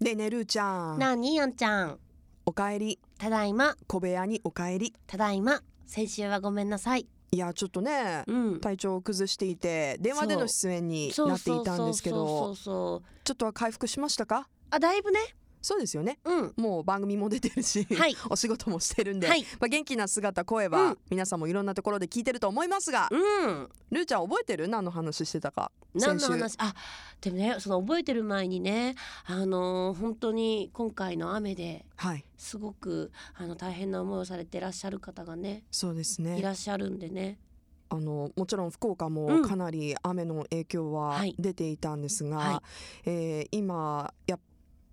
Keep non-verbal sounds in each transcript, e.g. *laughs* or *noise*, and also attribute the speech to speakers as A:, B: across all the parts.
A: でねるーちゃん
B: なあにあんちゃん
A: おかえり
B: ただいま
A: 小部屋におかえり
B: ただいま先週はごめんなさい
A: いやちょっとね、
B: うん
A: 体調を崩していて電話での出演に
B: そ
A: な
B: う
A: ってい
B: そう
A: たん
B: そ
A: で
B: う
A: すけ
B: そう
A: ど
B: そう
A: ちょっとは回復しましたか
B: あだいぶね
A: そうですよね
B: うん
A: もう番組も出てるし、
B: はい
A: *laughs* お仕事もしてるんで、
B: はい
A: まあ、元気な姿声は、
B: うん
A: 皆さんもいろんなところで聞いてると思いますが、
B: うん
A: るーちゃん覚えてる何の話してたか
B: 何の
A: 先週
B: 話あでもねその覚えてる前にねあのー本当に今回の雨で
A: はい
B: すごくあの大変な思いをされてらっしゃる方がね
A: そうです
B: い
A: ね
B: らっしゃるんでね
A: あのもちろん福岡
B: う
A: も
B: ん
A: かなり雨の影響は
B: はい
A: 出ていたんですが、
B: は
A: えー今やっ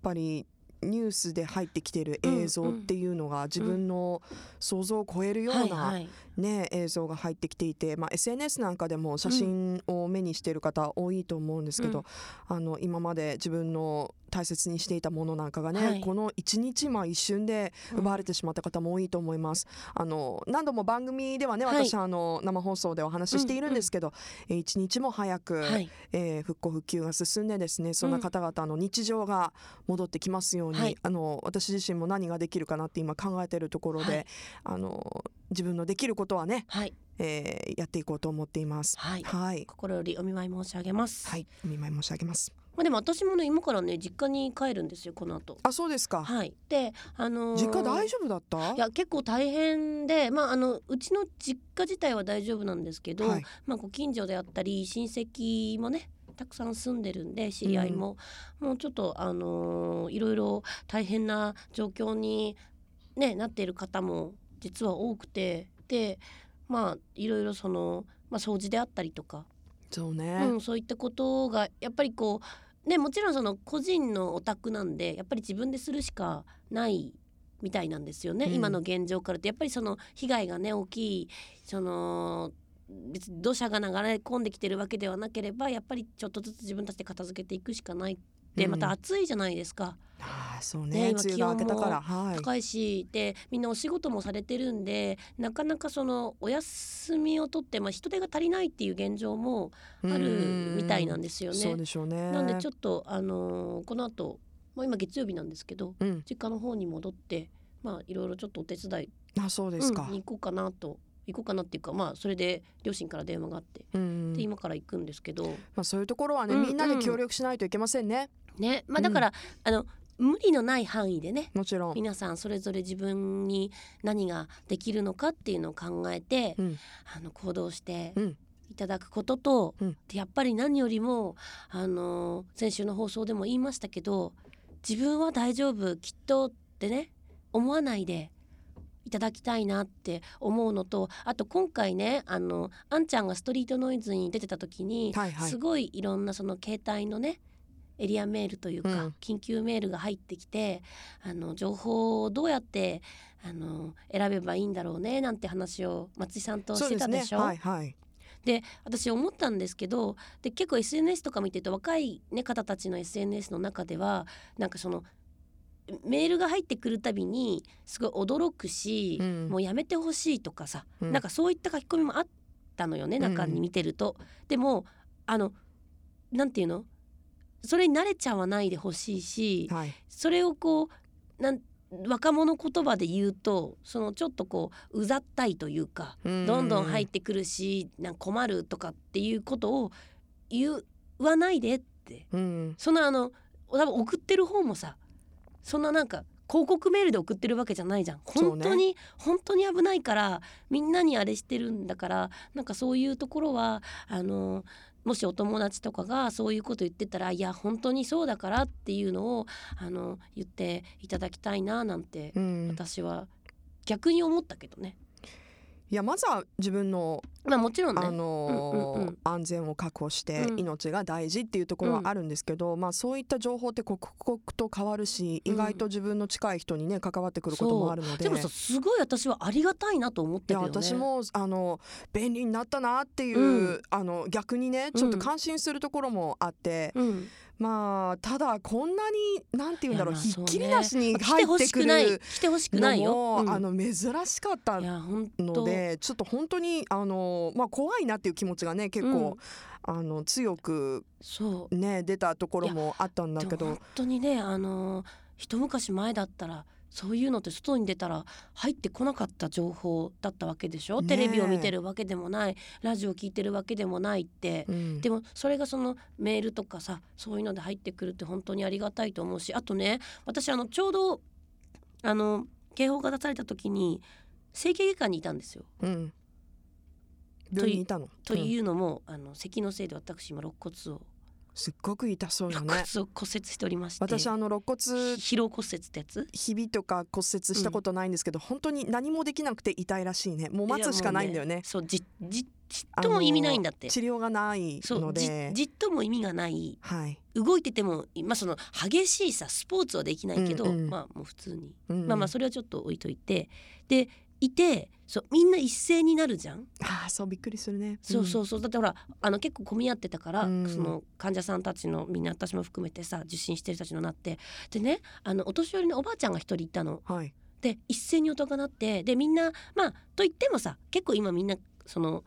A: ぱりニュースで入ってきてる映像っていうのが自分の想像を超えるような、
B: はいはい
A: ね、映像が入ってきていて、まあ、SNS なんかでも写真を目にしている方多いと思うんですけど、あの今まで自分の大切にしていたものなんかがね、
B: はい
A: この一日、まあ、一瞬で奪われてしまった方も多いと思います。あの何度も番組ではね
B: はい
A: 私、あの生放送でお話ししているんですけど、えー一日も早く、
B: はい
A: えー復興復旧が進んでですねそんな方々の日常が戻ってきますように、
B: はい
A: あの私自身も何ができるかなって今考えてるところで、
B: はい
A: あの自分のできることはね、
B: はい
A: えーやっていこうと思っています。
B: はい
A: はい、
B: 心よりお見舞い申し上げます、
A: はい、お見舞い申し上げます。
B: まあ、でも私もね今からね実家に帰るんですよこの後
A: あ、そうですか。
B: はいであのー
A: 実家大丈夫だった？
B: いや結構大変で、まあ、あのうちの実家自体は大丈夫なんですけど、
A: はい
B: まあ、ご近所であったり親戚もねたくさん住んでるんで知り合いも、もうちょっと、あのーいろいろ大変な状況に、ね、なっている方も実は多くてでまあいろいろその、まあ、掃除であったりとか、
A: そうね。
B: うん、そういったことがやっぱりこう、ね、もちろんその個人のお宅なんでやっぱり自分でするしかないみたいなんですよね、
A: うん
B: 今の現状からってやっぱりその被害がね大きいその別に土砂が流れ込んできてるわけではなければやっぱりちょっとずつ自分たちで片付けていくしかないで、
A: うん
B: また暑いじゃないですか
A: あー、そうね。
B: ね今
A: 梅雨が明けたから、はい。
B: 高いしでみんなお仕事もされてるんでなかなかそのお休みを取って、まあ、人手が足りないっていう現状もあるみたいなん
A: で
B: ですよね。
A: そうでしょうね。
B: なんでちょ
A: ょっ
B: っとあのーこの後、まあ今月曜日なんですけど
A: と、うん、
B: 実家の方に戻ってまあいろいろちょっとお手伝い、
A: あ、そう
B: う
A: で
B: ん
A: すか。
B: に行こうかなと行こうかなっていうかまあそれで両親から電話があって、
A: うん
B: で、今から行くんですけど
A: まあそういうところはね、
B: うん
A: みんなで協力しないといけませんね。
B: ねまあだから、あの無理のない範囲でね
A: もちろん。
B: 皆さんそれぞれ自分に何ができるのかっていうのを考えて、
A: うん
B: あの行動して
A: うん
B: いただくことと、
A: うん
B: でやっぱり何よりもあの先週の放送でも言いましたけど自分は大丈夫きっとってね思わないでいただきたいなって思うのとあと今回ねあのあんちゃんがストリートノイズに出てた時に、
A: はいはい
B: すごいいろんなその携帯のねエリアメールというか、
A: うん
B: 緊急メールが入ってきてあの情報をどうやってあの選べばいいんだろうねなんて話を松井さんと
A: そ
B: し
A: う
B: て
A: で
B: た
A: す
B: で
A: ね。
B: しょ
A: はいはい。
B: で私思ったんですけどで結構 SNS とか見てると若い、ね、方たちの SNS の中ではなんかそのメールが入ってくるたびにすごい驚くし、
A: うん
B: もうやめてほしいとかさ、
A: うん
B: なんかそういった書き込みもあったのよね中に見てると。でもあのなんていうのそれに慣れちゃわないでほしいし
A: はい。
B: それをこうなん若者言葉で言うとそのちょっとこううざったいというか。どんどん入ってくるしなんか困るとかっていうことを言わないでって
A: うん。
B: そんなあの多分送ってる方もさそんななんか広告メールで送ってるわけじゃないじゃん
A: そう
B: 本
A: ね
B: 当に、本当に危ないからみんなにあれしてるんだからなんかそういうところはあのもしお友達とかがそういうこと言ってたらいや本当にそうだからっていうのをあの言っていただきたいななんて
A: うん。
B: 私は逆に思ったけどね。
A: いやまずは自分の、
B: まあもちろんね
A: あのー
B: うんうんうん
A: 安全を確保して
B: うん
A: 命が大事っていうところはあるんですけど、まあそういった情報って刻々と変わるし、
B: うん
A: 意外と自分の近い人にね関わってくることもあるので。
B: でもさすごい私はありがたいなと思
A: い
B: ってる
A: や
B: よね。
A: 私もあの便利になったなっていう、
B: うん
A: あの逆にねちょっと感心するところもあって、
B: うん
A: まあただこんなになんて言うんだろう
B: いやまあ
A: ひっきりなしに
B: 来て
A: 入っ
B: ほ
A: て
B: し
A: く
B: くない
A: る
B: 来てほしくない
A: のも
B: よ。うん
A: あの珍しかった
B: いや本
A: の
B: 当
A: でちょっと本当にあの、まあ、怖いなっていう気持ちがね結構、あの強く、
B: そう
A: ね、出たところもあったんだけ
B: でも
A: ど
B: 本当にねあのー一昔前だったらそういうのって外に出たら入ってこなかった情報だったわけでしょ、
A: ねえ
B: テレビを見てるわけでもないラジオ聞いてるわけでもないって。
A: うん
B: でもそれがそのメールとかさそういうので入ってくるって本当にありがたいと思うしあとね私あのちょうどあの警報が出された時に整形外科にいたんですよ。
A: うん病院にいたの
B: と
A: うん
B: いうのも、あの咳のせいで私今肋骨を
A: すっごく痛そうよ
B: 肋
A: ね
B: 骨を骨折しておりまして、
A: 私あの肋骨
B: 疲労骨折ってやつ
A: ひびとか骨折したことないんですけど、本当に何もできなくて痛いらしいねもう待つしかないんだよね
B: そうじじじっ
A: あの
B: とも意味ないんだって、
A: 治療がない
B: そ
A: の
B: うじ
A: で
B: じっとも意味がない
A: はい、
B: 動いててもまあその激しいさスポーツはできないけど、
A: うんうん
B: まあもう普通に、
A: うん
B: まあまあそれはちょっと置いといてでいてそうみんな一斉になるじゃん
A: ああそうびっくりするね
B: そうそううそうだってほらあの結構混み合ってたから、
A: うん
B: その患者さんたちのみんな私も含めてさ受診してる人たちのなってでねあのお年寄りのおばあちゃんが一人いたの。
A: ん、はい
B: で一斉に音が鳴ってでみんなまあと言ってもさ結構今みんなその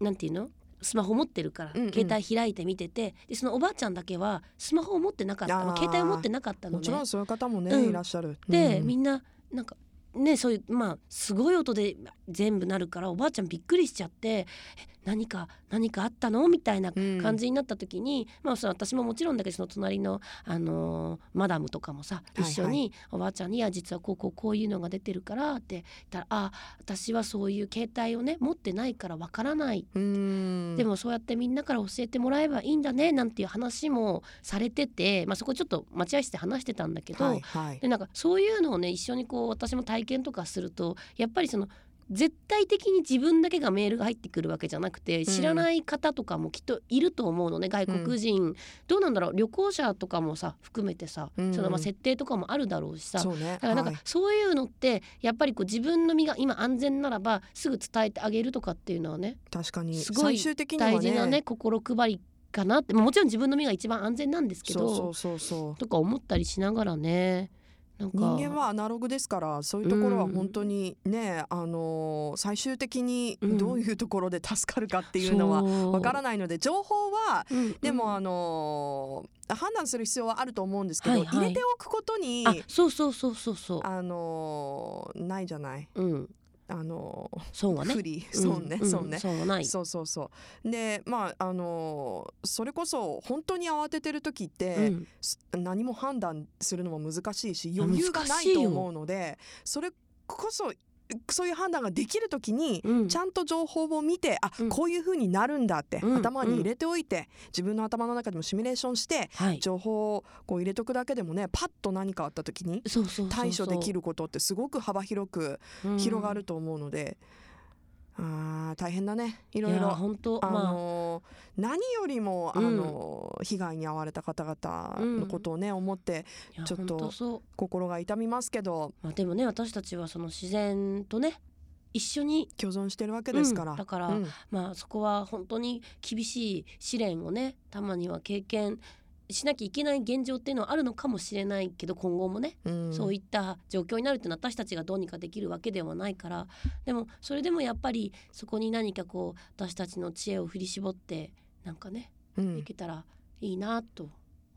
B: なんていうのスマホ持ってるから、
A: うんうん
B: 携帯開いて見ててでそのおばあちゃんだけはスマホを持ってなかった
A: あー
B: の携帯を持ってなかったの
A: もちろ
B: ね
A: ん。そういう方もね、
B: うん
A: いらっしゃる
B: で、
A: うん
B: みんななんかねそういうまあすごい音で全部なるからおばあちゃんびっくりしちゃって「え何か何かあったの?」みたいな
A: うん
B: 感じになった時に、まあ、その私ももちろんだけどその隣の、あのーマダムとかもさ
A: い
B: 一緒におばあちゃんに「いや実はこうこうこういうのが出てるから」って言ったら「あ私はそういう携帯をね持ってないからわからない」
A: うん
B: でもそうやってみんなから教えてもらえばいいんだねなんていう話もされてて、まあ、そこちょっと待合室で話してたんだけど、
A: はいはい
B: でなんかそういうのをね一緒にこう私も体験とかするとやっぱりその絶対的に自分だけがメールが入ってくるわけじゃなくて知らない方とかもきっといると思うのね、外国人、どうなんだろう旅行者とかもさ含めてさ、
A: うん
B: そのまあ設定とかもあるだろうしさ。
A: そうね
B: だからなん
A: は
B: か
A: い
B: そういうのってやっぱりこう自分の身が今安全ならばすぐ伝えてあげるとかっていうのはね
A: 確かに
B: すご
A: 最
B: い
A: 終的にはね
B: 大事なね心配りかなってまあもちろん自分の身が一番安全なんですけ
A: そうそ
B: ど
A: うそうそう
B: とか思ったりしながらねなんか
A: 人間はアナログですからそういうところは本当にね、あのー最終的にどういうところで助かるかっていうのはわから
B: な
A: ないので情報はでも、あ
B: の
A: のー判断する必要はあると思うんですけど、
B: はいはい
A: 入れておくことに
B: あそうそうそうそうそう
A: あのーないじゃない
B: うん
A: あの
B: 損
A: ー
B: はね
A: 不利損ね、
B: うん
A: 損
B: う
A: ね
B: ん、損はない
A: そうそうそうでまああのーそれこそ本当に慌ててる時って、
B: うん
A: す何も判断するのも難しいし余裕がないと思うのでそれこそそういう判断ができる時に
B: うん
A: ちゃんと情報を見てあ、
B: うん
A: こういう風になるんだって、
B: うん
A: 頭に入れておいて自分の頭の中でもシミュレーションして
B: はい
A: 情報をこう入れとくだけでもねパッと何かあった時に
B: そうそうそうそう
A: 対処できることってすごく幅広く広がると思うので、あー大変だねい
B: うん
A: ろい
B: いや
A: ろ
B: 本当
A: あ
B: まあ
A: のー何よりも、
B: うん
A: あのー被害に遭われた方々のことをね、思って
B: いや
A: ちょっと
B: 本当そう
A: 心が痛みますけど
B: まあでもね私たちはその自然とね一緒に
A: 共存してるわけですから、
B: うんだから
A: うん
B: まあそこは本当に厳しい試練をねたまには経験しなきゃいけない現状っていうのはあるのかもしれないけど今後もね
A: うん
B: そういった状況になるっていうのは私たちがどうにかできるわけではないからでもそれでもやっぱりそこに何かこう私たちの知恵を振り絞ってなんかね
A: うん
B: いけたらいいなと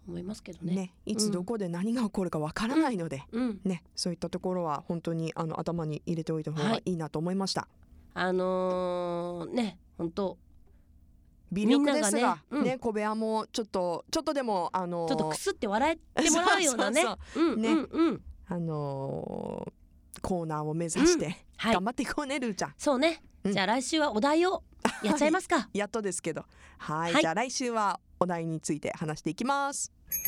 B: 思いますけどね。
A: ね、いつどこで何が起こるかわからないので、
B: うん、
A: ね、そういったところは本当にあの頭に入れておいた方がいいなと思いました。
B: あのーね本当
A: 微力です
B: みんなが
A: が
B: ね、
A: ね
B: うん
A: 小部屋もちょっとちょっとでもあのー
B: ちょっとくすって笑ってもらうようなね
A: そう
B: うん
A: ね
B: うんうん
A: あのーコーナーを目指して、
B: はい
A: 頑張っていこうねルーちゃん。
B: そうね、
A: うん
B: じゃあ来週はお題をやっちゃいますか、
A: やっとですけどはい、
B: はい
A: じゃあ来週はお題について話していきます。